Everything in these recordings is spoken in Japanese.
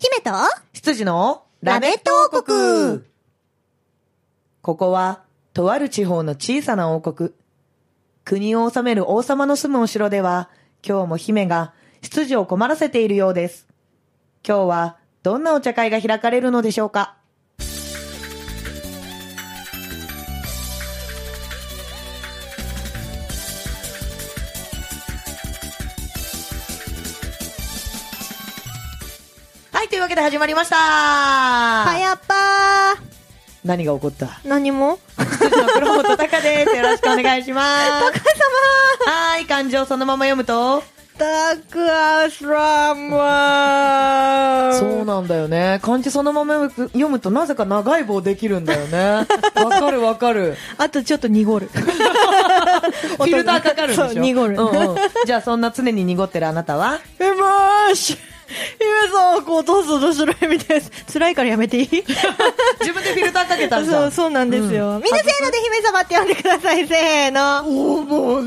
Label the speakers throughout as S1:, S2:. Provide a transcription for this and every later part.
S1: 姫と
S2: 羊の
S1: ラメット王国
S2: ここは、とある地方の小さな王国。国を治める王様の住むお城では、今日も姫が執事を困らせているようです。今日は、どんなお茶会が開かれるのでしょうかはい、というわけで始まりました
S1: はやっぱ
S2: 何が起こった
S1: ー何も
S2: 黒本隆です。よろしくお願いします。隆様はい、漢字をそのまま読むと。
S1: たくあスラムは
S2: そうなんだよね。漢字そのまま読むと、なぜか長い棒できるんだ よね。わかるわかる。
S1: あとちょっと濁 る。フ
S2: フィルターかかるでしょ。
S1: そう、濁る。
S2: うんうんじゃあ、そんな常に濁ってるあなたは
S1: えまーし姫さんはこうどうぞどうぞライブです。辛いからやめていい
S2: 自分でフィルターかけたんじ
S1: そ
S2: ゃ
S1: う、
S2: ん。
S1: そうなんですよ。みんなせーので姫様って呼んでください、せーの。おあ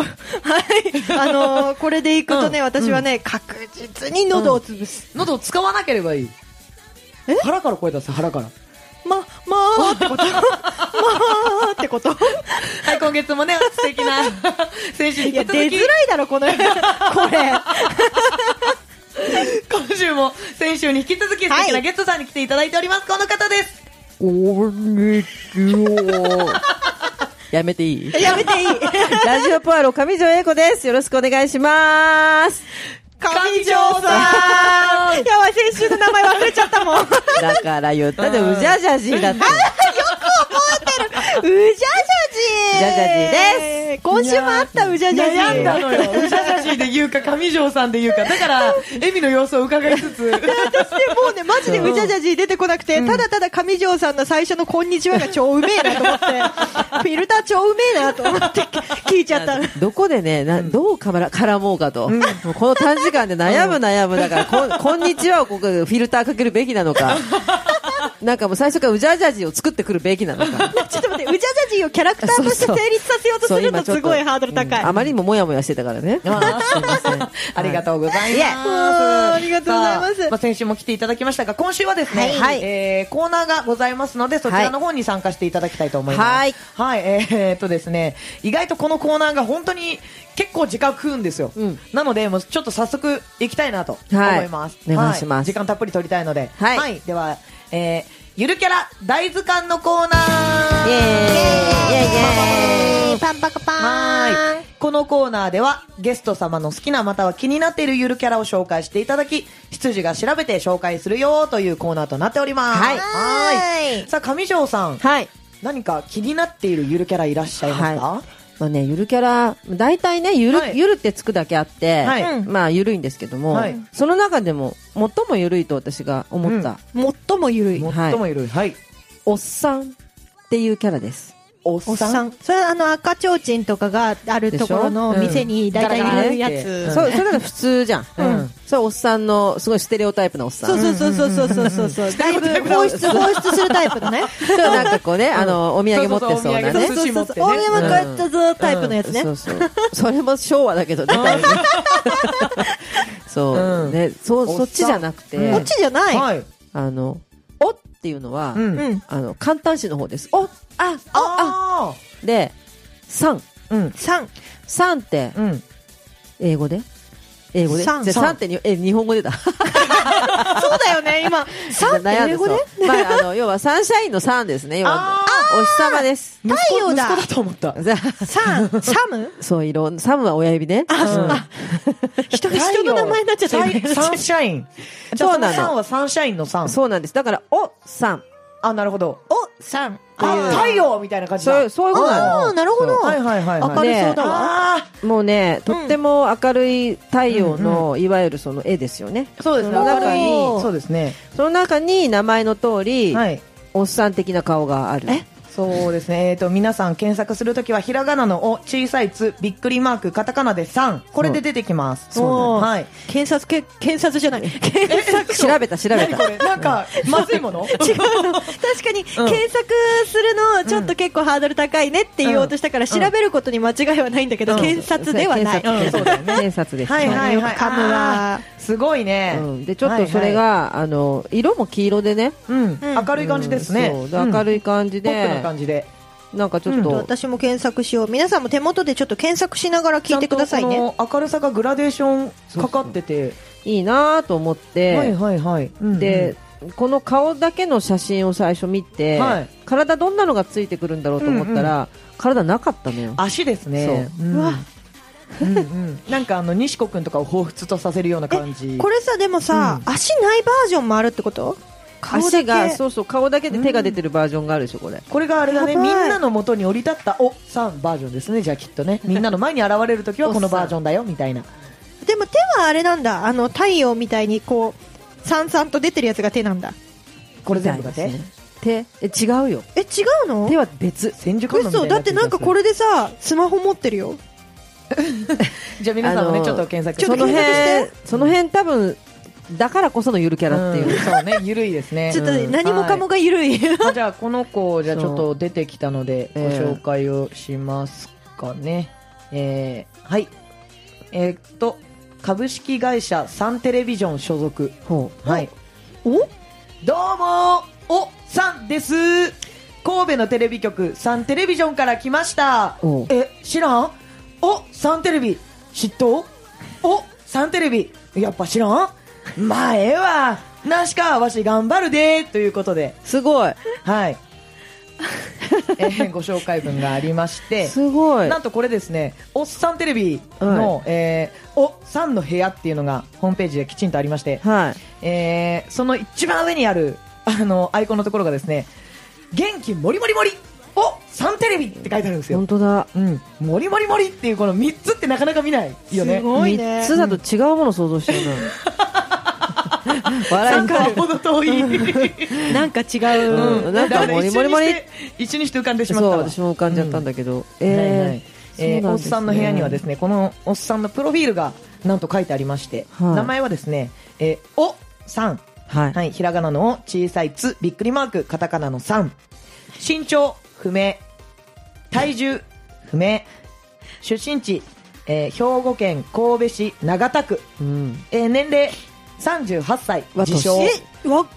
S1: りがとうは い。あのーこれでいくとね、
S2: うん
S1: 私はね、確実に喉を潰す。
S2: 喉を使わなければいい。
S1: え
S2: 腹から声出す、腹から。
S1: ま、まーってこと まーってこと
S2: はい、今月もね、素敵な 選手に
S1: いや、
S2: 引き
S1: 出
S2: 続
S1: づ
S2: き、
S1: らいだろ、この、こ れ。
S2: 今週も先週に引き続き素敵なゲストさんに来ていただいております。この方です。
S3: こんにちは。 やめていい
S1: やめ ていい。
S3: ラジオポアロ上条英子です。よろしくお願いします。
S1: 上条さん。いやばい、先週の名前忘れちゃったもん。 うじゃ
S3: だから言ったで、うじゃじゃじだ って。
S1: じゃじ
S3: うじゃじゃじ
S1: です。今週もあったうじゃじゃじ。
S2: 悩んだのよ。 うじゃじゃしで言うか、上条さんで言うか。だから、エミの様子を伺いつつ。
S1: 私ね、もうね、マジでうじゃじゃじ出てこなくて、ただただ上条さんの最初のこんにちはが超うめえなと思 って、フィルター超うめえなと思って聞いちゃった。
S3: どこでね、などうから絡もうかと、もうこの短時間で悩む悩むだから、ここんにちはをここでフィルターかけるべきな のか、なんかもう最初からうじゃじゃじを作ってくるべきなのか、
S1: ちょっと待って、うじゃじゃじをキャラクターとして成立させようとする
S3: 今
S1: と
S3: ちょっ
S1: すごいハードル高い。
S3: うんあまりにももやもやしてたからね。
S2: ありがとうございます。
S1: あーありがとうございます
S2: さあまあ先週も来ていただきましたが、今週はですね、
S3: はい
S2: えーコーナーがございますので、そちらの方に参加していただきたいと思います。
S3: はい。
S2: はい、えーっとですね、意外とこのコーナーが本当に結構時間食うんですよ。
S3: うん
S2: なので、もうちょっと早速行きたいなと
S3: はい
S2: 思います。
S3: お願いします
S2: 時間たっぷり取りたいので。
S3: はい
S2: では、えーゆるキャラ大図鑑のコーナー
S3: イエーイイエーイ
S1: パンパカパ
S2: はーい。このコーナーではゲスト様の好きなまたは気になっているゆるキャラを紹介していただき、執事が調べて紹介するよというコーナーとなっております。
S3: はい
S2: はーいさあ、上条さん、
S3: はい。
S2: 何か気になっているゆるキャラいらっしゃいますか、
S3: はいまあね、ゆるキャラ、大体ね、ゆる、
S2: はい
S3: ゆるってつくだけあって、
S2: はい
S3: うんまあ、ゆるいんですけども、
S2: はい
S3: その中でも、最もゆるいと私が思った、
S1: 最もゆるい。
S2: 最もゆるい。はい。
S3: おっさんっていうキャラです。
S2: おっ
S1: おっ
S2: さ
S1: さ
S2: ん。
S1: ん。それあの赤ちょうちんとかがあるところの
S3: でしょうん
S1: 店に大体入れるや
S2: うん
S1: つ。
S3: そう、それが普通じゃん。
S2: うん
S3: それおっさんの、すごいステレオタイプなおっさん。
S1: そうそうそうそうそうそうそう。だいぶ放出、放出するタイプのね。
S3: そうなんかこうね、あの、お土産持ってそうなね。
S2: そうそ
S1: そ
S2: うそうお土産
S1: う
S2: 寿司持
S1: そ
S2: っ
S1: う
S2: て
S1: そう。
S2: ね
S1: 俺も買ったぞタイプのやつね
S3: そ。うそう。それも昭和だけどね。だいぶそう、
S2: うん
S3: ね、そう、
S2: おっさん
S3: そっちじゃなくて、
S2: うん
S1: こっちじゃない。
S2: はい。
S3: あの、おっていうのは、
S2: う。
S1: うんん。
S3: あの、簡単詞の方です。お、あ、あ、あ、
S2: あ
S3: で、さん。
S2: あ。うん。
S1: 三。
S3: さんって、
S2: うん。
S3: 英語で英語で
S1: さん
S3: じゃあ
S2: さん
S3: さんってにえ、日本語でだ。
S1: そうだよね、今。 三って英語で
S3: 悩んだそうまあ、あの、要はサンシャインのさんですね。要は
S2: あ
S3: お日様です。
S2: 太
S1: 陽だ
S2: 息子だと思った。
S3: じゃ
S1: 三。サム
S3: あそう、いろんな、サムは親指ね。
S2: うん
S1: 人、人の名前になっちゃったよね。
S2: サンサンシャイン。じゃあ
S3: そ
S2: そう
S3: な
S2: の
S3: の
S2: サンはサンシャインのサン。
S3: そうなんです。だから、お、さん。
S2: あ、なるほど。
S1: お、三。
S2: あ、太陽みたいな感じだ。
S3: そう、そういうことなの。
S1: ああ、なるほど。
S2: はいはいはい、はい。
S1: 明るそうだわ。
S2: あ
S3: もうね、とっても明るい太陽の、いわゆるその絵ですよね。
S2: ーそうですね。
S3: その
S2: 明
S3: 中
S2: るい
S3: に、
S2: そうですね。
S3: その中に名前の通り、
S2: はい。
S3: おっさん的な顔がある。
S2: えそうですね。えっ、と、皆さん検索するときは、ひらがなのお、小さいつ、びっくりマーク、カタカナで3。これで出てきます。
S1: おー
S2: はい。
S1: 検索け検索じゃない検索
S3: 調べた調べ
S2: 何こ
S3: た
S2: れなん か、まずいもの
S1: 違う の確かに検索するのちょっと結構ハードル高いねって言おうとしたから調べることに間違いはないんだけど
S2: うん
S1: 検索ではない
S3: 検
S2: うんそう
S3: 索
S2: だよね
S3: 検索です
S2: はいはいはい。
S1: 噛むわ
S2: あーすごいね。
S3: うんでちょっとそれが、
S2: は
S3: あの色も黄色でね
S2: いはい、うん、明るい感じですね。
S3: うんそうで明
S2: い。
S3: るい感じ
S2: ポップ
S3: で
S2: な、感じで。
S3: なんかちょっと、
S1: 私も検索しよう皆さんも手元でちょっと検索しながら聞いてください
S2: ちゃ
S1: ね
S2: んとこの明るさがグラデーションかかってて。
S3: いいなと思って、
S2: はいはいはい。うんうん
S3: で、この顔だけの写真を最初見て、
S2: はい
S3: 体どんなのがついてくるんだろうと思ったら、体なかったのよ
S2: 足ですね。うん
S1: うわ
S2: うんうんなんかあの西子くんとかを彷彿とさせるような感じ。
S1: これさでもさ足ないバージョンもあるってこと顔だけ
S3: 足がそうそう顔だけで手が出てるバージョンがあるでしょこれ、
S2: これがあれだね、
S1: やば
S2: み
S1: い
S2: んなの元に降り立ったおさんバージョンですね、じゃあきっとね、みんなの前に現れるときはこのバージョンだよみたいな、
S1: でも手はあれなんだあの太陽みたいにこうさんさんと出てるやつが手なんだ
S2: これ全部だって、
S3: 手え違うよ
S1: え違うの
S3: 手は別
S2: 千手観音みたい
S1: 嘘
S2: に
S1: だ
S2: なっ
S1: ってて
S2: る気がする
S1: なんかこれでさスマホ持ってるよ
S2: じゃあ皆さんも
S3: あ
S2: ね、
S3: の
S2: ちょっと検索
S1: ちょ
S3: そ
S1: っと
S3: の
S1: 検
S3: 辺
S1: 索して
S3: その辺多分だからこそのゆるキャラっていう、
S2: うんそうね、ゆるいですね。
S1: ちょっと
S2: うん
S1: 何もかもが緩い、
S2: まあじゃあこの子じゃあちょっと出てきたのでご
S3: そうええ
S2: 紹介をしますかね。えーはい。えーっと株式会社サンテレビジョン所属。
S3: ほう
S2: はい。
S1: お
S2: どうもおさんです。神戸のテレビ局サンテレビジョンから来ました
S3: おう。
S2: え知らん？おサンテレビ嫉妬？おサンテレビやっぱ知らん？前はなしかわし頑張るでということで。
S3: すごい
S2: はい。えーご紹介文がありまして、
S3: すごい
S2: なんとこれですね、おっさんテレビの、えーおっさんの部屋っていうのがホームページできちんとありまして、
S3: はい
S2: えーその一番上にあるあのアイコンのところがですね、元気もりもりもりおっさんテレビって書いてあるんですよ
S3: 本。当だ
S2: うん、もりもりもりっていうこの3つってなかなか見ないよね。
S1: すごいね
S3: 3つだと違うもの想像してる な笑い
S2: なんかほど遠い。
S1: なんか違
S3: う
S1: う、
S3: んなんかもりもりもり
S2: 一緒にして浮かんでしまっ
S3: そ
S2: た
S3: う
S2: わ。
S3: 私も浮かんじゃったんだけど、え
S2: はいはい
S3: ー
S2: えー
S3: そうな
S2: おっ
S3: ですね
S2: さんの部屋にはですねこのおっさんのプロフィールがなんと書いてありまして、
S3: はい
S2: 名前はですね、えーおさん、
S3: はい、
S2: はい、ひらがなのお小さいつびっくりマークカタカナの3身長不明体重不明出身地、えー兵庫県神戸市長田区、
S3: うん、
S2: えー年齢38歳
S3: 私
S2: 自称
S1: え若く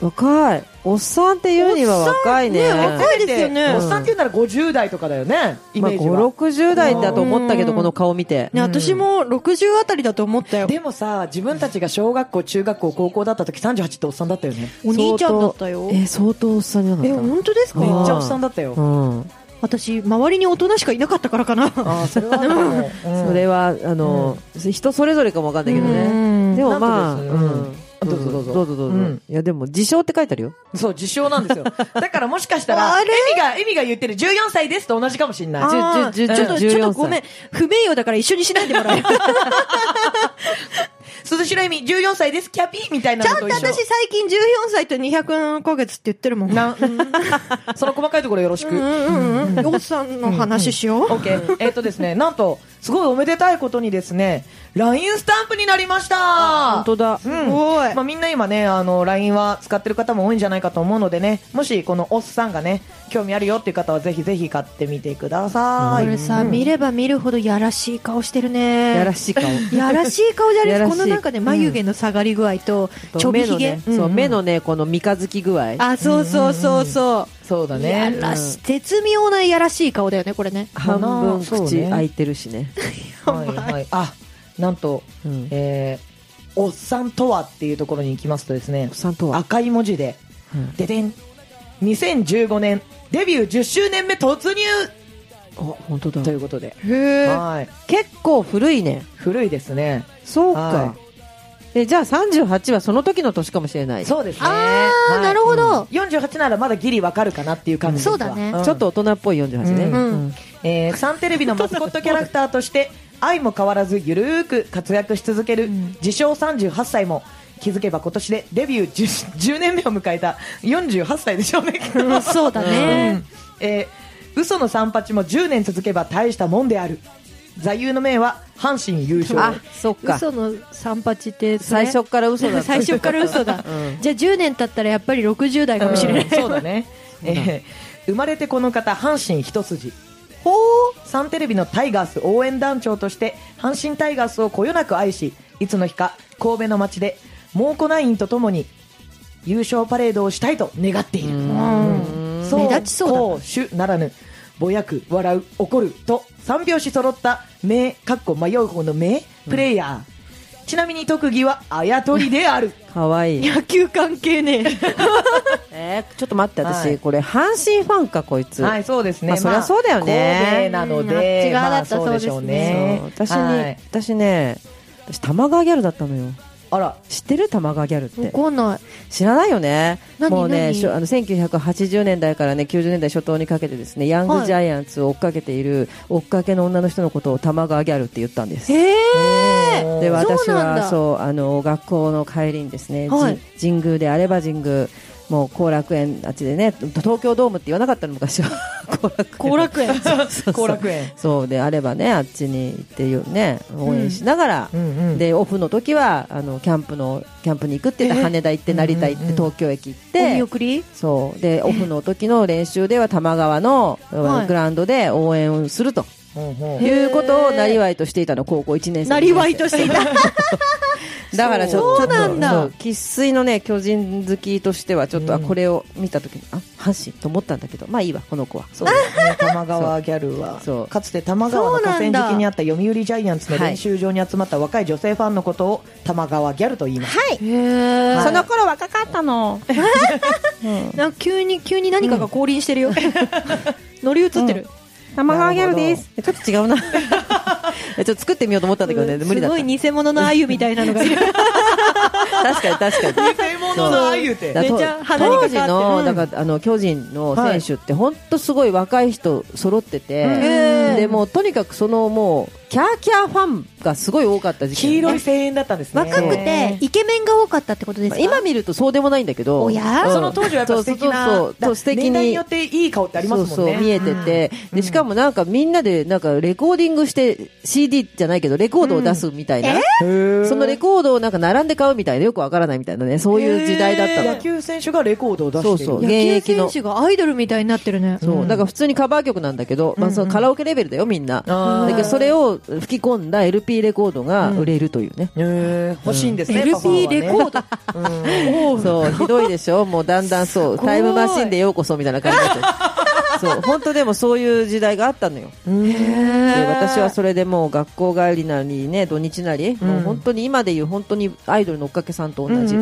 S1: ない
S3: 若いおっさんっていうには若い
S1: おっ
S3: ね
S1: さんね若い
S2: せめて
S1: ですよね
S2: おっさんって言うなら50代とかだよねイ
S3: まあ、
S2: メージは、
S3: 560代だと思ったけど
S1: うん
S3: この顔見て
S1: ね、私も60あたりだと思ったよ。
S2: でもさ自分たちが小学校中学校高校だった時38っておっさんだったよね
S1: お兄ちゃんだったよ
S3: 相当。え相当おっさんじゃな
S1: え、
S3: かっ
S1: 本当です
S2: めっ
S1: か
S2: ちゃおっさんだったよ、
S3: たうん
S1: 私、周りに大人しかいなかったからかな。
S2: ああそれはでも、うん
S3: それはあの、人それぞれかもわかんないけど
S1: う
S3: ね
S1: ん
S3: でもまあ
S2: なんとです
S3: うん
S2: うんどうぞどうぞ
S3: どうぞどうぞ
S2: うん
S3: いやでも自称って書いてあるよ
S2: そう自称なんですよだからもしかしたら
S1: あ
S2: エミがエミが言ってる14歳ですと同じかもしんない
S1: あー
S3: じゅじゅ
S1: ちょっと、
S3: じゅ
S1: ちょっ
S3: 14
S1: とごめん。不名誉だから一緒にしないでも らえる。ち
S2: 鈴代エミ14歳ですキャピーみたいな
S1: ゃんと
S2: のと一緒
S1: 私最近14歳と200ヶ月って言ってるもん。
S2: なんうんその細かいところよろしく、
S1: うんうんうん。おっさんの話しよう。
S2: オッケーえっとですねなんとすごいおめでたいことにですね LINE スタンプになりました
S3: 本当だ
S1: すごい
S2: まあ、みんな今ね、あの、LINE は使ってる方も多いんじゃないかと思うのでね、もしこのおっさんがね、興味あるよっていう方はぜひぜひ買ってみてくださ
S1: こ
S2: い。
S1: れさ、見れば見るほどやらしい顔してるね。
S3: やらしい顔
S1: やらしい顔じゃな
S3: やら
S1: い
S3: しい
S1: この中で眉毛の下がり具合とちょび
S3: 目
S1: ひ
S3: の
S1: げ
S3: ね、そう目のねこの三日月具合
S1: あそうそうそうそ
S2: そうだ
S1: うや
S2: ね。
S1: らし絶妙なやらしい顔だよねこれね
S3: 半分
S2: そう
S3: 口
S2: ね
S3: 開いてるしね
S2: はいはい。あ、なんと、
S3: うん
S2: えーおっさんとはっていうところに行きますとですね
S3: おっ、さんとは
S2: 赤い文字で、
S3: うん
S2: ででん、2015年デビュー10周年目突入
S3: あ本当
S2: と
S3: だ
S2: いうことで、
S1: へえ
S2: はい。
S3: 結構古いね
S2: 古いですね。
S3: そう
S2: は
S3: かえじゃあ38はその時の年かもしれないちょ
S2: そうですね。
S1: あー
S2: はい
S1: なるほど
S2: 48ならまだギリわかるかなっていう感じですわ
S1: そうだね
S2: ん
S3: っと大人っぽい48ね
S2: うん
S1: うん
S3: うん
S2: えーサンテレビのマスコットキャラクターとして愛も変わらずゆるーく活躍し続ける自称38歳も気づけば今年でデビュー 10, 10年目を迎えた48歳でしょうねきっと
S1: うんそうだね、
S2: えー嘘の三八も10年続けば大したもんである座右の銘は阪神優勝
S3: あ、そっか。
S1: 嘘の三八って、ね、
S3: 最初から嘘だっ た
S1: 最初から嘘 だ、じゃあ10年経ったらやっぱり60代かもしれない、
S2: うんそうだ ね、えー生まれてこの方阪神一筋ほうサンテレビのタイガース応援団長として阪神タイガースをこよなく愛しいつの日か神戸の街で猛虎ナインとともに優勝パレードをしたいと願っている
S1: うん目立ちそうだ
S2: 攻守ならぬぼやく笑う怒ると三拍子揃った名かっこ迷う方の名プレイヤー、ちなみに特技はあやとりである
S3: かわいい。
S1: 野球関係ねえ
S3: えーちょっと待って、私、
S2: はい
S3: これ、阪神ファンか、こいつ。
S2: はい、そうですね。
S3: まあそりゃそうだよね
S2: 神戸なの
S1: う
S2: で、
S1: んあっち側だった
S2: まあそうでしょうね。
S3: そう私に、
S2: はい
S3: 私ね、私、玉川ギャルだったのよ。
S2: あら、
S3: 知ってる玉川ギャルって。
S1: 怒んない
S3: 知らないよね。
S1: 何
S3: もうね、
S1: 何
S3: しょあの1980年代からね、90年代初頭にかけてですね、ヤングジャイアンツを追っかけている、追っかけの女の人のことを玉川ギャルって言ったんです。
S1: へえ
S2: おー
S3: で私
S1: そうなん
S3: は
S1: だ
S3: そうあの学校の帰りにですね、じ
S1: はい
S3: 神宮であれば神宮もう後楽園あっちでね東京ドームって言わなかったの昔は 後楽園
S1: 後楽園
S3: そう
S2: 後楽園。
S3: そうであればねあっちに行ってよね応援しながら、
S2: うんうん
S3: でオフの時はあのキャンプのキャンプに行くって言って羽田行って成田行って、
S2: うんうん
S3: 東京駅行っ
S1: お
S3: て
S1: 見送り
S3: そうでオフの時の練習では多摩川の、
S1: はい
S3: グラウンドで応援をすると
S2: ほうほう
S3: いうことをなりわいとしていたの高校1年生
S1: なりわいとしていた
S3: だからちょ
S1: そう
S3: っと
S1: なんだ
S3: 生粋のね巨人好きとしてはちょっと、あこれを見た時にあ阪神と思ったんだけどまあいいわこの子はそうだね
S2: 玉川ギャルは
S3: そう
S2: かつて玉川の河川敷にあった読売ジャイアンツの
S3: はい
S2: 練習場に集まった若い女性ファンのことを玉川ギャルと言います、
S1: へえ
S2: はい
S3: 頃若かったの
S1: なんか急に急に何かが降臨してるよ乗り移ってる、
S3: 玉
S2: 川ギャルです
S3: ちょっと違 うなえちょっと作ってみようと思ったんだけどね無理だっ
S1: す
S3: た
S1: ごい偽物のあゆみたいなのがいる
S3: 確かに確か に
S2: 偽物のあゆて
S3: だ
S1: めっちゃ鼻にかかっ
S3: 当
S1: て
S3: 時
S1: る
S3: の
S1: うん
S3: だからあの巨人の選手って本当すごい若い人揃ってて、
S1: へー
S3: でもうとにかくそのもうキャーキャーファンがすごい多かった時期
S2: 黄色い声援だったんですね
S1: 若くてイケメンが多かったってことです
S3: まあ
S1: か
S3: 今見るとそうでもないんだけど
S1: おや
S3: うん
S2: その当時はやっぱ素敵な
S3: そうそうそう
S2: だ
S3: 素敵
S2: 年代に
S3: に
S2: よっていい顔ってありますもんね
S3: そうそう見えてて、でしかもなんかみんなでなんかレコーディングして CD じゃないけどレコードを出すみたいな、
S2: へー
S3: そのレコードをなんか並んで買うみたいなよくわからないみたいなねそういう時代だったの、
S2: 野球選手がレコードを出している
S3: そうそ
S1: 野
S3: う
S1: 球
S3: 現役
S1: 選
S3: の
S1: 手がアイドルみたいになってるね
S3: そうだから普通にカバー曲なんだけど、まあ、そのカラオケレベルだよみんな、
S2: あー
S3: だけどそれを吹き込んだ LP レコードが売れるというね、
S2: へー欲しいんですね、パパは
S1: LP
S2: ね
S1: レコード
S3: そうひどいでしょもうだんだんそう
S1: すごい
S3: タイムマシンでようこそみたいな感じになってるそう本当でもそういう時代があったのよで私はそれでもう学校帰りなりね土日なり、もう本当に今でいう本当にアイドルの追っかけさんと同じ、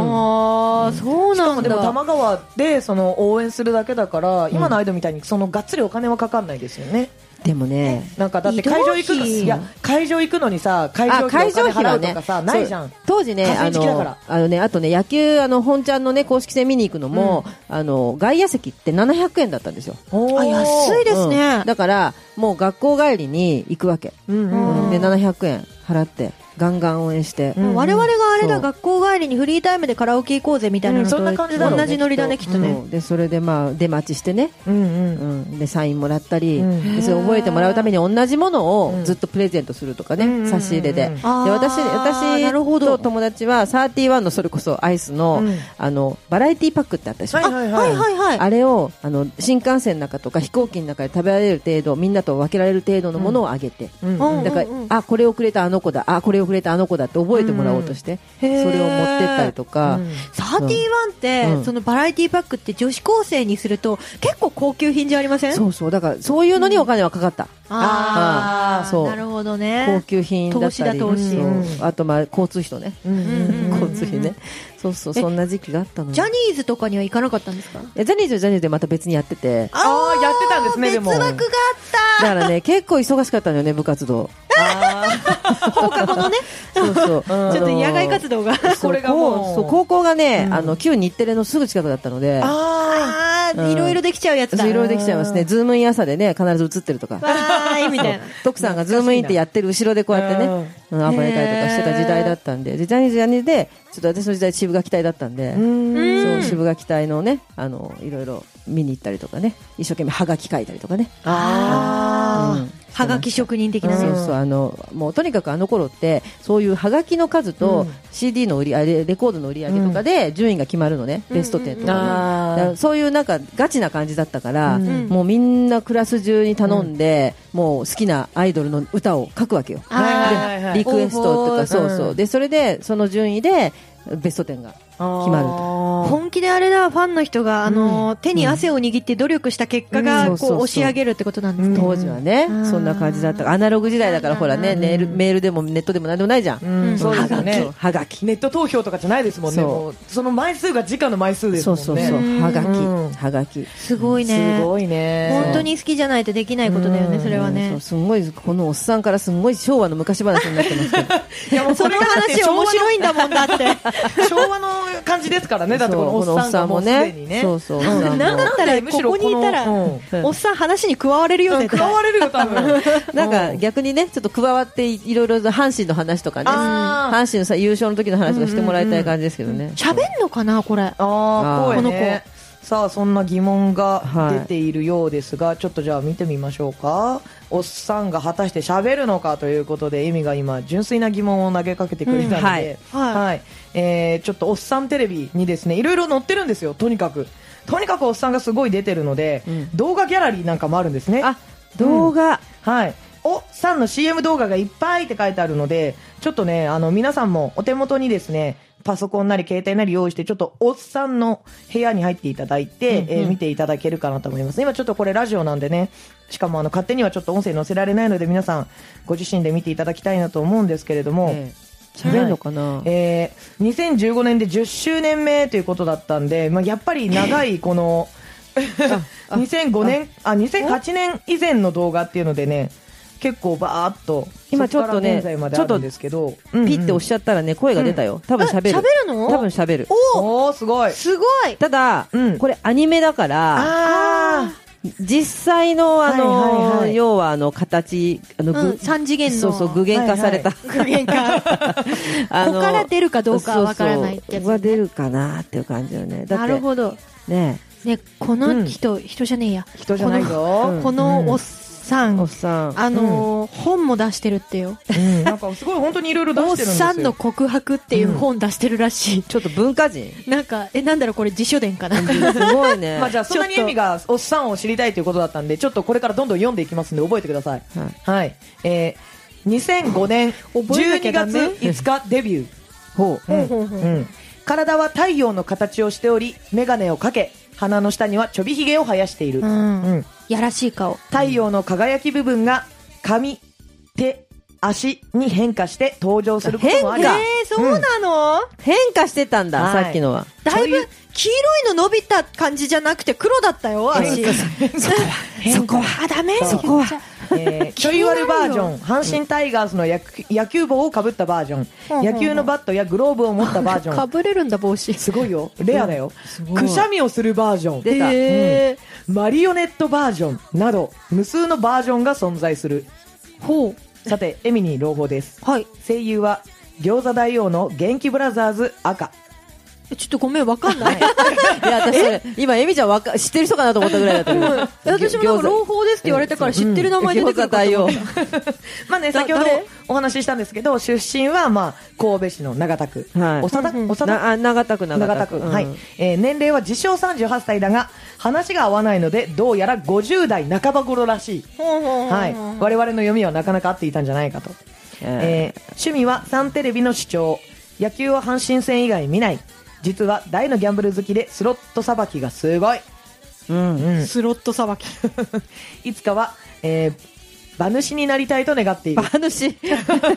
S1: ああそう
S2: しか
S1: な
S2: も
S1: ん
S2: で
S1: だ
S2: も多摩川でその応援するだけだから、今のアイドルみたいにそのがっつりお金はかかんないですよね
S3: でもね
S2: なんかだって会場行くの
S1: 移動費
S2: いや会場行くのにさ会場
S3: あ
S2: 費
S3: 会
S2: お金
S3: 場費
S2: 払
S3: は
S2: うと
S3: ね
S2: かさ、ないじゃん
S3: そう当時ねあ
S2: 河川敷だか
S3: の
S2: ら
S3: あのねあとね野球あの本ちゃんのね公式戦見に行くのも、あの外野席って700円だったんですよ
S2: おー
S1: あ安いですね
S3: うんだからもう学校帰りに行くわけ、
S2: うんうん
S1: うん
S3: で700円払ってガンガン応援して、
S2: ん
S1: 我々があれ
S3: そ
S1: だ
S3: う
S1: 学校帰りにフリータイムでカラオケ行こうぜみたいなのと
S2: うんそんな感じだろうね
S1: 同じノリだねきっとね
S3: そうでそれでまあ出待ちしてね、
S2: うんうん
S3: うん、でサインもらったり、
S2: うん
S3: でそれ覚えてもらうために同じものをずっとプレゼントするとかね、
S2: うん
S3: 差し入れで,、
S2: うん
S3: で
S1: あー
S3: 私
S1: な
S3: 私
S1: るほど
S3: と友達は31のそれこそアイスの,、
S2: うん
S3: あのバラエティパックってあったでしょ、
S2: はい
S1: はいはいはい
S3: あれをあの新幹線の中とか飛行機の中で食べられる程度みんなと分けられる程度のものをあげて、
S2: うん
S1: うん
S3: だから、あこれをくれたあの子だあこれをくれたあの子だって覚えてもらおうとして、
S1: うんへー
S3: それを持ってったりとか、
S1: 31って、
S3: うん
S1: そのバラエティパックって女子高生にすると結構高級品じゃありません
S3: そうそうだからそういうのにお金はかかった、
S1: ああ
S3: あーそう
S1: なるほど
S3: 高
S1: ね
S3: 級品だったり
S1: 投資だ投資
S3: そうあとまあ交通費とね、
S2: うんうん
S1: うんうんうん
S3: 交通費ねそうそう
S1: え
S3: そんな時期があったの
S1: ジャ
S3: よ
S1: ニーズとかには行かなかったんですか
S3: いやジャニーズはジャニーズでまた別にやってて
S2: あーやってたんですねでも
S1: 別枠が
S3: だからね結構忙しかったのよね部活動
S1: あった放課後のね
S3: そうそうちょ
S1: ちょっと野外活動が
S3: こ
S2: こ
S3: れ
S2: れ
S3: が
S2: がもう
S3: そう高校がね、あの旧日テレのすぐ近くだったので
S2: あ
S1: ああ、いろいろできちゃうやつだ。
S3: いろいろできちゃいますね。ズームイン朝でね、必ず映ってるとか。
S1: わーい、みたい な。
S3: 徳さんがズームインってやってる後ろでこうやってね、うん暴れたりとかしてた時代だったんで、時代に時代にで、ちょっと私の時代、渋垣隊だったんで、そう、渋垣隊のね、あの、いろいろ見に行ったりとかね、一生懸命ハガキ書いたりとかね。
S2: あ
S3: うん
S1: はがき職人的な
S3: そう
S1: ね。
S3: そうあのもうとにかくあの頃ってそういうはがきの数と CD の売りあレレコードの売り上げとかで順位が決まるのね、ベスト10とかね、
S2: あー
S3: だからそういうなんかガチな感じだったから、
S1: ん
S3: もうみんなクラス中に頼んで、もう好きなアイドルの歌を書くわけよ、
S2: はい
S1: ー
S2: はいはい
S3: リクエストと
S2: 応募
S3: かそうそう、
S2: うん
S3: でそれでその順位でベスト10が
S2: 決ま
S3: まる
S1: 本気であれだ、ファンの人が、あの、手に汗を握って努力した結果
S3: うんそ
S1: が、
S3: うそ
S1: こ
S3: うそう
S1: う、押し上げるってことなんですね。
S3: 当時はね、
S1: うん
S3: そんな感じだったアナログ時代だからほらね、メールメールでもネットでもなんでもないじゃん、
S2: うん、そうですよ
S3: はが
S2: ね
S3: き。はがき
S2: ネット投票とかじゃないですもんね。
S3: そう
S2: もうその枚数が直の枚数です
S3: そ
S2: も
S3: うん
S2: ね。
S3: そうそう、
S1: ん
S3: はがき、
S2: うん
S3: はがき。
S1: すごいね。
S2: すごいね。
S1: 本当に好きじゃないとできないことだよ
S2: う
S1: ね、
S2: ん
S1: それは
S3: そ
S1: ね
S3: う。すんごいこのおっさんからすんごい昭和の昔話になってます
S2: い
S3: けど
S2: やもう
S1: その話面白いんだもんだって。
S2: 昭和の感じですから ね。だってこの
S3: そう
S2: おっさんがもうすでにね。
S3: そうそうおっさ
S1: なんん
S3: も
S1: だったら、ここにいたら、
S2: うん
S1: おっさん話に加われるよ、
S2: うん
S1: 絶
S2: 加
S1: 対。
S2: われるよ多分。
S3: なんか逆にねちょっと加わっていいろいろ阪神の話とかね
S2: あー
S3: 阪神のさ優勝の時の話とかしてもらいたい感じですけどね
S1: 喋んのかな、これ。
S2: あ
S3: あー
S2: あ、こね、さあ、そんな疑問が
S3: はい
S2: 出ているようですが、ちょっとじゃあ見てみましょうか。おっさんが果たして喋るのかということで、エミが今、純粋な疑問を投げかけてくれたので、
S3: うんはい
S1: はい
S2: えーちょっとおっさんテレビにですね、いろいろ載ってるんですよ、とにかく。とにかくおっさんがすごい出てるので、
S3: うん
S2: 動画ギャラリーなんかもあるんですね。
S3: あ動画、
S2: はい。おっさんの CM 動画がいっぱいって書いてあるので、ちょっとね、あの、皆さんもお手元にですね、パソコンなり携帯なり用意して、ちょっとおっさんの部屋に入っていただいて、
S3: うんうん
S2: えー見ていただけるかなと思います。今ちょっとこれラジオなんでね、しかもあの、勝手にはちょっと音声載せられないので、皆さん、ご自身で見ていただきたいなと思うんですけれども、
S3: ね喋んのかな、
S2: えー2015年で10周年目ということだったんで、まあ、やっぱり長いこの2005年あ2008年以前の動画っていうのでね結構バーっと
S3: 今ちょっとね
S2: そこから現在まであるんですけどうんうん
S3: ピッて押しちゃったらね声が出たよ、多分喋る
S1: あ喋るの
S3: 多分喋る
S1: お
S2: おーすごい
S1: すご い
S3: ただ、
S2: うん
S3: これアニメだから
S2: あ
S3: 実際のあの、
S2: はいはいはい
S3: 要はあの形あの、
S1: うん三次元の
S3: そうそう具現化された、
S1: 具現化
S3: あの
S1: ここから出るかどうかはわからないってやつね
S3: そうそうここが出るかなっていう感じよねだって
S1: なるほど
S3: ね
S1: ねこの人、人じゃねえや
S2: ー人じゃないぞ、
S1: この,、
S2: うん
S1: このおっさん、
S3: おっさん
S1: あのー本も出してるってよ
S2: うんなんかすごい本当にいろいろ出
S1: お
S2: し
S1: って
S2: るんですよ
S1: さんの告白っていう本出してるらしい、
S3: ちょっと文化人
S1: なんかえなんだろうこれ辞書伝かな
S3: すごいね
S2: まあじゃあそんなに
S1: ちょ
S2: エ
S1: っと
S2: ミがおっさんを知りたいということだったんでちょっとこれからどんどん読んでいきますんで覚えてください
S3: はい
S2: はい、えー、2005年
S1: 覚えなき
S2: 12
S1: ゃダ
S2: 月
S1: メ
S2: 5日デビュー
S3: ほう
S1: ほうほうほう
S2: うん体は太陽の形をしており眼鏡をかけ鼻の下にはちょびひげを生やしている、
S1: うん、
S2: うん
S1: やらしい顔
S2: 太陽の輝き部分が髪手足に変化して登場することもあ
S1: え
S2: り
S1: ー
S3: 変化、
S1: そうなの、
S3: 変化してたんだ、
S2: はい
S3: さっきのは
S1: だい
S2: そういう
S1: ぶ黄色いの伸びた感じじゃなくて黒だったよ足
S2: 変化
S1: あダメ
S2: そ
S1: こは
S2: えーちょい悪バージョン阪神タイガースの野球野球帽をかぶったバージョン、
S1: うん
S2: 野球のバットやグローブを持ったバージョ
S1: か
S2: ン
S1: ぶれるんだ帽子
S2: すごいよレアだよ、
S3: ごい
S2: くしゃみをするバージョン
S3: 出た、
S1: え
S2: マリオネットバージョンなど無数のバージョンが存在する
S1: ー、ほ
S2: さてエミニー朗報です
S1: うはい
S2: 声優は餃子大王の元気ブラザーズ赤
S1: えちょっとごめんわかんない
S3: いや私それ今エミちゃんわか知ってる人かなと思ったぐらいだったけど
S1: 私もなんか
S3: 餃
S1: 朗報ですって言われたから知ってる名前出てくる
S3: 餃子大王
S2: まあね
S1: だ
S2: 先ほど
S1: 誰
S2: お話ししたんですけど出身はまあ神戸市の長田区、
S3: はい
S2: おさだ
S1: うんうん
S2: おさだ
S3: なあ長田区長
S2: 長
S3: 田
S2: 田
S3: 区
S2: 区、はい
S3: うん
S2: えー年齢は自称38歳だが話が合わないのでどうやら50代半ば頃らしい、
S1: ほうほうほう
S2: はい、我々の読みはなかなか合っていたんじゃないかと、
S3: え
S2: えー趣味はサンテレビの主張野球は阪神戦以外見ない実は大のギャンブル好きでスロットさばきがすごい
S3: うんうん
S2: うん
S1: スロットさばき
S2: いつかは、えー馬主になりたいと願っている
S3: 馬。主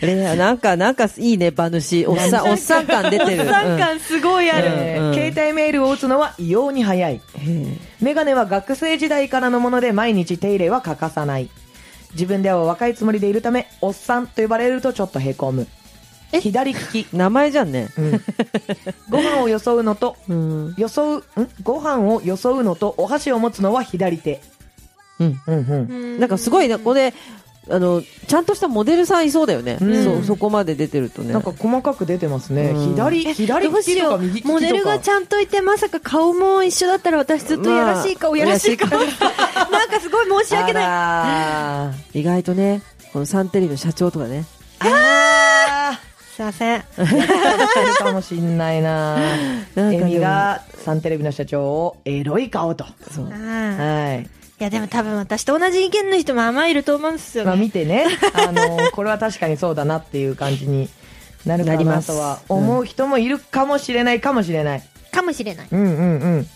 S3: レアなんかなんかいいね馬主おっさんおっさん感出てる
S1: 三感すごいある、
S2: えー
S3: うん
S2: 携帯メールを打つのは異様に早い。メガネは学生時代からのもので毎日手入れは欠かさない。自分では若いつもりでいるため、おっさんと呼ばれるとちょっとへこむ。左利き。
S3: 名前じゃんね。
S2: ご飯を装うのと、
S3: うん。
S2: 装う、んご飯を装うのと、お箸を持つのは左手。
S3: うん。
S2: うんうん。
S3: なんかすごいな、これ、あの、ちゃんとしたモデルさんいそうだよね。
S2: うん
S3: そう、そこまで出てるとね。
S2: なんか細かく出てますね。
S3: うん
S2: 左、左
S1: ど
S2: 利
S1: うし
S2: きと
S1: よ
S2: か
S1: う
S2: 右利きとか。
S1: モデルがちゃんといてまさか顔も一緒だったら私ずっとやらしい顔、
S3: まあ
S1: やらしい顔 なんかすごい申し訳ない
S3: あらー意外とね、このサンテリの社長とかね。
S2: あ
S1: すいません
S2: ーやってるかもしんないな
S3: なんかで
S2: エ
S3: も
S2: ミが、サンテレビの社長を、エロい顔と。
S3: そ
S1: あ
S3: う。
S1: あ
S2: はい。
S1: いやでも多分私と同じ意見の人もあんまいると思うんですよ
S2: まあ
S1: ね
S2: 見てね、あのーこれは確かにそうだなっていう感じになるか
S3: なりま
S2: な
S3: す
S2: とは思う人もいるかもしれないかもしれない。
S1: かもしれない
S2: うんうんうん。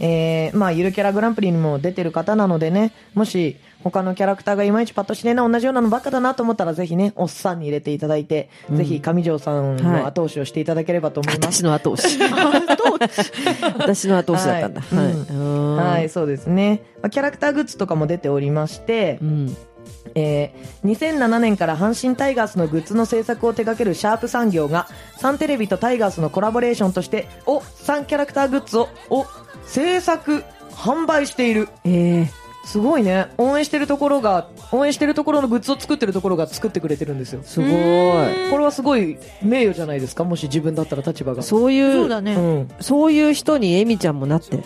S2: えー、まあ、ゆるキャラグランプリにも出てる方なのでね、もし、他のキャラクターがいまいちパッとしねえな、同じようなのばっかだなと思ったら、ぜひね、おっさんに入れていただいて、
S3: うん
S2: ぜひ、上条さん
S3: はい
S2: の後押しをしていただければと思います。
S3: 私の後押し。私の後押しだったんだ。
S2: はいうん
S3: は。
S2: はいい、そうですね。まあ、キャラクターグッズとかも出ておりまして
S3: う、ん。
S2: えー2007年から阪神タイガースのグッズの制作を手掛けるシャープ産業がサンテレビとタイガースのコラボレーションとしておサンキャラクターグッズをお制作販売している
S3: ええ。
S2: すごいね応援してるところが応援してるところのグッズを作ってるところが作ってくれてるんですよ
S3: すごい。
S2: これはすごい名誉じゃないですかもし自分だったら立場が
S3: そういう、
S1: そうだね
S2: うん
S3: そういう人にエミちゃんもなって。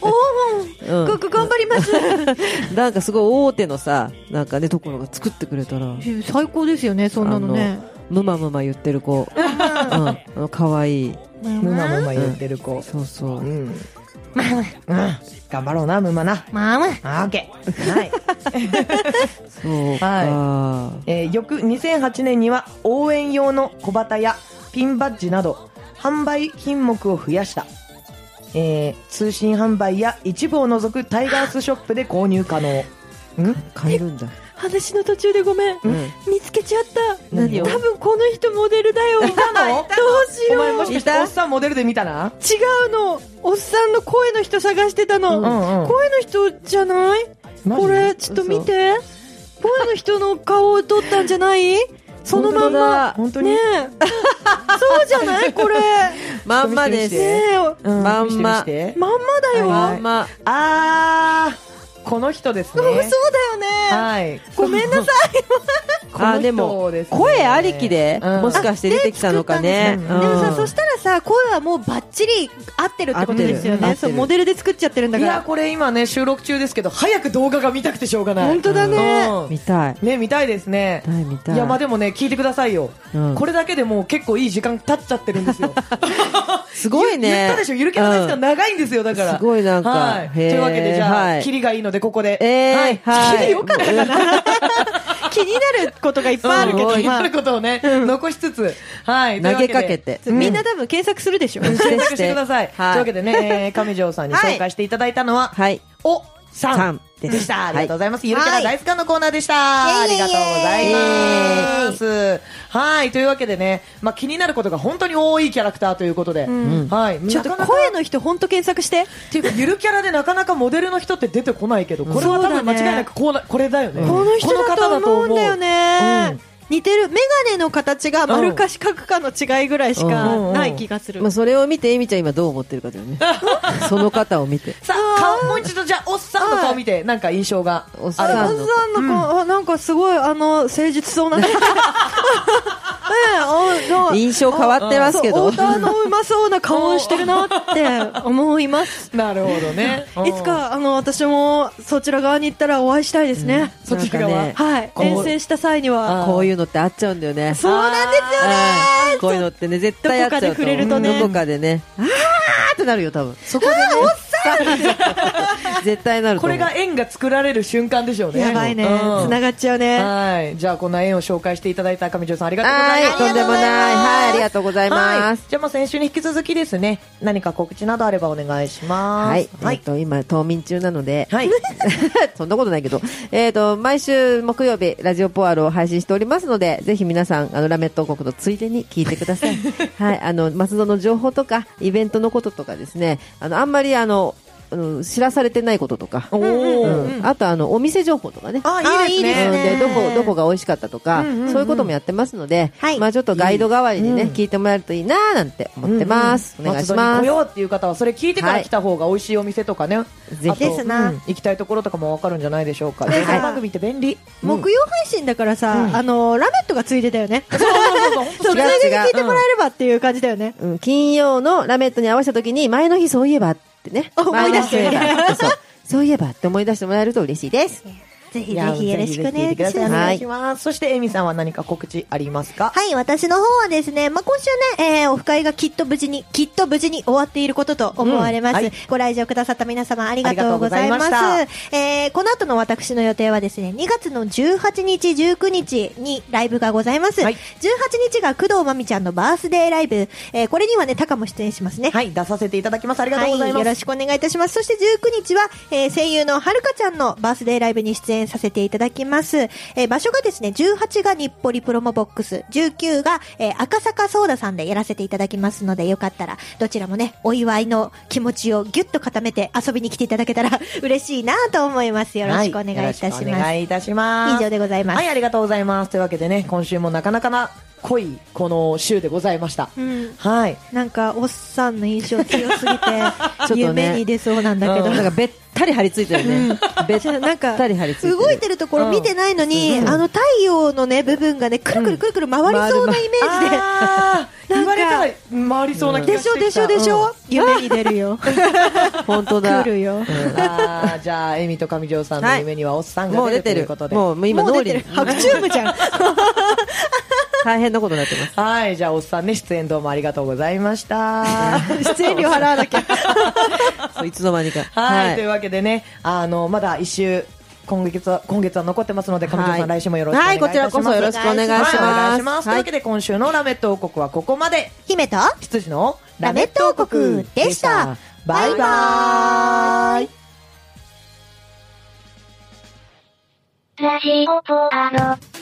S1: お
S3: う
S1: お
S3: ん
S1: ここ頑張ります
S3: なんかすごい大手のさ、なんかね、ところが作ってくれたら、
S1: 最高ですよねそんなのね
S3: むまむま言ってる子。うんあの。かわいい。
S2: ムマムマ言ってる子
S3: そうそう
S2: ん、
S3: う。
S2: うん、頑張ろうなムマな
S1: まあまあ
S2: あーオッケーはい
S3: そうか。
S2: えー翌2008年には応援用の小旗やピンバッジなど販売品目を増やした、えー通信販売や一部を除くタイガースショップで購入可能ん
S3: 買えるんだ。
S1: 話の途中でごめん
S3: うん。
S1: 見つけちゃった
S2: 何を
S1: 多分この人モデルだ よいた ど
S2: の
S1: うし
S2: お
S1: よう
S2: 前もしかして
S3: いた
S2: おっさんモデルで見たな
S1: 違うのおっさんの声の人探してたの、
S2: うんうんうん
S1: 声の人じゃない
S2: マジ
S1: これちょっと見て声の人の顔を撮ったんじゃないそのまんま
S2: 本当だ本当に
S1: ねえそうじゃ ないこれ
S3: まんまです。
S1: ねえ
S2: うん
S3: まんま
S2: 見して見して
S1: まんまだよ、
S3: まんま。
S2: あーこの人ですね
S1: そうだよね
S2: はい
S1: ごめ んなさい
S2: この人
S3: あでも
S2: ですね
S3: 声ありきで、
S2: うん
S3: もしかして出てきたのかね。
S2: で作った
S3: うん
S1: でもさそしたらさ声はもうバッチリ合ってるってことですよ
S3: 合って
S1: ね
S3: る
S1: そうモデルで作っちゃってるんだ
S2: い
S1: か
S2: や
S1: ら
S2: これ今ね収録中ですけど早く動画が見たくてしょうがない
S1: 本当だね
S2: うん
S3: 見たい。
S2: ね見たいですね
S3: 見たい見たい。
S2: いやまあでもね聞いてくださいよ、
S3: うん
S2: これだけでもう結構いい時間経っちゃってるんですよ
S3: すごいね。
S2: 言ったでしょゆるキャラの人は長いんですよだから、
S3: すごいなんか
S2: はい、
S3: へー
S2: というわけでじゃあ、
S3: はい
S2: キリがいいのでここで、
S3: えーはい
S2: キリよかったかな、
S1: 気になることがいっぱいあるけ
S2: うん
S1: ど、
S2: 気に
S1: ま
S2: なる
S1: あ、
S2: ことをね、残しつつ、はい、
S3: 投げかけて
S2: というわで
S1: みんな多分検索するでしょ
S2: 検索してください、
S3: はい
S2: というわけでね、えー上条さんに紹介していただいたのは、
S3: はい。
S2: おさ
S3: さ
S2: ん
S3: ん
S2: で
S3: です
S2: した、ありがとうございます、
S1: い
S2: ゆるキャラ大好きのコーナーでした、あ
S1: イエイイエ
S2: り
S1: イ
S2: がとうございますはいというわけでね、まあ、気になることが本当に多いキャラクターということで、はい
S1: ちょっと
S2: なかなか
S1: 声の人本当検索して
S2: っていうかゆるキャラでなかなかモデルの人って出てこないけどこれは
S1: そ
S2: 多
S1: うだ
S2: 分間
S1: ね
S2: 違いなくこうなこれだよね、
S1: この人だと思うんだよ
S2: う
S1: ね
S2: ん。
S1: 似てる。メガネの形が丸か四角かの違いぐらいし
S2: うん
S1: かない気がする
S3: まあ。それを見てエミちゃん今どう思ってるかだよね。その方を見て。
S2: さあ顔もう一度じゃあおっさんの顔見てなんか印象が
S3: おっ
S1: あ
S3: さ
S1: おっさ
S3: ん
S1: ん
S3: の。
S1: の子、あなんかすごい、あの、誠実そうな。ねえあの
S3: 印象変わってますけ
S1: そう
S3: ど
S1: オー。ダーのうまそうな顔をしてるなって思います。
S2: なるほどね
S1: いつか、あの、私もそちら側に行ったらお会いしたいですね。
S2: そっち側
S3: なんかね
S1: はい。
S2: こう
S1: 遠征した際には。
S3: こういうのってあっちゃうんだよね。
S1: そうなんですよ
S3: あ
S1: ね
S3: ーこういうのってね、絶対あっちゃうと思う。
S1: どこかで触れるとね
S3: どこかでね。あーってなるよ、多分。そこでね。絶対なる
S2: こ
S3: と思う。
S2: れが縁が作られる瞬間でしょうね
S1: やばいね。
S2: うん
S1: 繋がっちゃうね。
S2: はいじゃあこんな縁を紹介していただいた上条さんありがとうござい
S3: は
S2: ま
S3: い、
S2: す
S3: とんでもない。はい、ありがとうござい
S2: は
S3: ま
S2: い
S3: す。
S2: じゃあまあ先週に引き続きですね何か告知などあればお願いします
S3: はい、
S2: は
S3: えっ
S2: い
S3: と、今、冬眠中なので、
S2: はい、
S3: そんなことないけど、えっと、毎週木曜日、ラジオポアロを配信しておりますので、ぜひ皆さん、あの、ラメット王国のついでに聞いてく ださい。はい、あの、松戸の情報とか、イベントのこととかですね、あの、あんまり、あの、あの知らされてないこととか、
S2: おー
S3: うんあとあのお店情報とかね。
S2: あ、いいです
S1: あいいです
S2: ね。
S1: ね
S3: うんでどこどこが美味しかったとか、
S1: うんうんうん
S3: そういうこともやってますので、
S1: はい
S3: まあちょっとガイド代わりにね、聞いてもらえるといいなーなんて思ってます、お願いし
S2: 松
S3: ま
S2: 戸に来
S3: す
S2: ようっていう方は、それ聞いてから来た方が美味しいお店とかね。
S3: ぜひ
S2: あと
S1: ですな
S2: うん行きたいところとかもわかるんじゃないでしょうか。
S1: ですな
S2: 情報番組って便利。
S1: 木曜配信だからさ、あのラメットがついでだよね。そう
S2: そう
S1: つ
S2: そう
S1: いで
S3: 違う
S1: に聞いてもらえればっていう感じだよね。
S3: うん金曜のラメットに合わせた時に前の日そういえばってね
S1: 思い出して
S3: 前の日そういえばそうそういえばって思い出してもらえると嬉しいです
S1: ぜひ
S2: い
S1: ぜ
S2: や
S1: ひよろしく
S2: ぜひぜ
S1: ね
S2: ひ聞いてくださいお
S3: はい
S2: 願いします。そして、エミさんは何か告知ありますか
S1: はい、私の方はですね、まあ、今週ね、えー、オフ会がきっと無事に、きっと無事に終わっていることと思われます。
S2: うんはい
S1: ご来場くださった皆様ありがとうございます。
S2: ありがとうございま
S1: えー、この後の私の予定はですね、2月の18日、19日にライブがございます。
S2: はい
S1: 18日が工藤まみちゃんのバースデーライブ。えー、これにはね、タカも出演しますね。
S2: はい、出させていただきます。ありがとうござい
S1: は
S2: ま
S1: い、よろ
S2: す。
S1: しくお願いいたします。そして19日は、えー声優のはるかちゃんのバースデーライブに出演させていただきます。えー場所がですね、18が日暮里プロモボックス、19が、えー赤坂ソーダさんでやらせていただきますので、よかったら、どちらもね、お祝いの気持ちをギュッと固めて遊びに来ていただけたら 嬉しいなと思います。よろしくお願いいたします。
S2: はよろくお願いいたします。
S1: 以上でございます
S2: はい、ありがとうございます。というわけでね、今週もなかなかな濃いこの週でございました。
S1: うん
S2: はい。
S1: なんか、おっさんの印象 強すぎて
S3: と、ね
S1: 夢に出そうなんだけど、
S2: うん
S3: なんかべったり張り付いてるね、べっ
S1: じゃあなんか
S3: たり張り付いてる
S1: 動いてるところ見てないのに、あの太陽のね部分がねくるくるくるくる回りそうなイメージで、
S2: あ ー
S1: なん
S2: 言
S1: か
S2: われたら回りそうな気
S1: で
S2: が
S1: し
S2: し
S1: ょ
S2: て
S1: で
S2: き。
S1: したょでしょ、夢に出るよ
S3: 本当 だ
S1: 来るよ
S2: うん。あーじゃあ、エミと上条さんの夢にはおっさん
S3: も
S2: が
S3: う
S2: 出
S3: 出
S2: て
S3: て
S2: るとい
S3: る
S2: うことで。
S3: もうもう今
S1: もう
S3: 脳
S1: 出て
S3: 裏
S1: る
S3: に
S1: 白チューブじゃん
S3: 大変なことになってます
S2: はい、じゃあ、おっさんね、出演どうもありがとうございました。
S1: 出演料払わなきゃ
S3: そういつの間にか
S2: はい、というわけでね、あの、まだ一週、今月は、今月は残ってますので、上条さん、
S3: はい
S2: 来週もよろしくお願いいたします。
S3: はいこちらこそよろしくお願いします
S2: はお願いします。という
S3: はい
S2: わけで、今週のラメット王国はここまで、
S1: 姫と
S2: 羊の
S1: ラメット王国でした
S2: バイバーイ。
S4: ラジオポアド。